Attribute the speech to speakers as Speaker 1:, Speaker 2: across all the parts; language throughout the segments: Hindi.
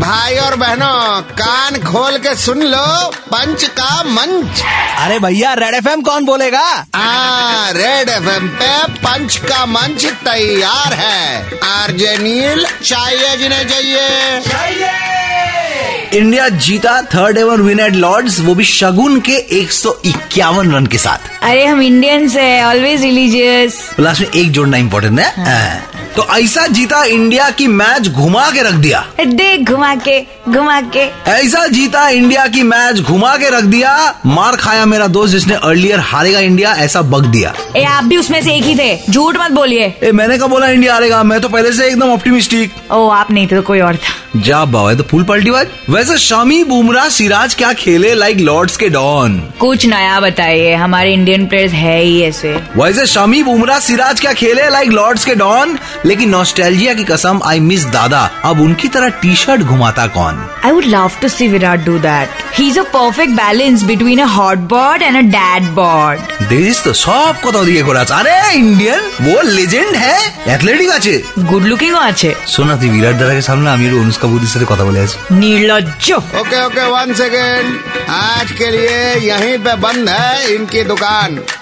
Speaker 1: भाई और बहनों कान खोल के सुन लो पंच का मंच
Speaker 2: अरे भैया रेड एफ कौन बोलेगा
Speaker 1: आ, रेड एफ पे पंच का मंच तैयार है आरजे नील चाहिए जिन्हें चाहिए
Speaker 2: इंडिया जीता third ever win at Lord's वो भी शगुन के 151 रन के साथ
Speaker 3: अरे हम इंडियंस है ऑलवेज रिलीजियस
Speaker 2: लास्ट में एक जोड़ना इम्पोर्टेंट है हाँ। तो ऐसा जीता इंडिया की मैच घुमा के रख दिया
Speaker 3: देख घुमा के घुमा के
Speaker 2: ऐसा जीता इंडिया की मैच घुमा के रख दिया मार खाया मेरा दोस्त जिसने अर्लियर हारेगा इंडिया ऐसा बग दिया
Speaker 3: ए आप भी उसमें से एक ही थे झूठ मत बोलिए
Speaker 2: ए मैंने कहा बोला इंडिया हारेगा मैं तो पहले से एकदम ऑप्टिमिस्टिक
Speaker 3: ओ आप नहीं थे तो कोई और था
Speaker 2: जा बाबा ये तो फुल पलटी बात वैसे शमी बुमराह सिराज क्या खेले लाइक लॉर्ड्स के डॉन
Speaker 3: कुछ नया बताइए हमारे इंडियन प्लेयर्स है ही ऐसे
Speaker 2: वैसे शमी बुमराह सिराज क्या खेले लाइक लॉर्ड्स के डॉन लेकिन नॉस्टैल्जिया की कसम आई मिस दादा अब उनकी तरह टी शर्ट घुमाता कौन
Speaker 3: I would love to see Virat do that he is a perfect balance between a hot bod and a dad bod
Speaker 2: দেখিস তো সব কথা দিয়ে করে আছে আরে ইন্ডিয়ান ও লেজেন্ড হ্যাঁ অ্যাথলেটিক আছে
Speaker 3: গুড লুকিংও আছে
Speaker 2: শোনা তুই বিরাট দাদাকে সামনে আমি একটু অনুষ্কা বুদির সাথে কথা বলে আছি
Speaker 3: निर्लज्ज
Speaker 1: ओके ओके वन सेकेंड आज के लिए यहीं पे बंद है इनकी दुकान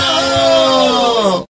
Speaker 1: रहो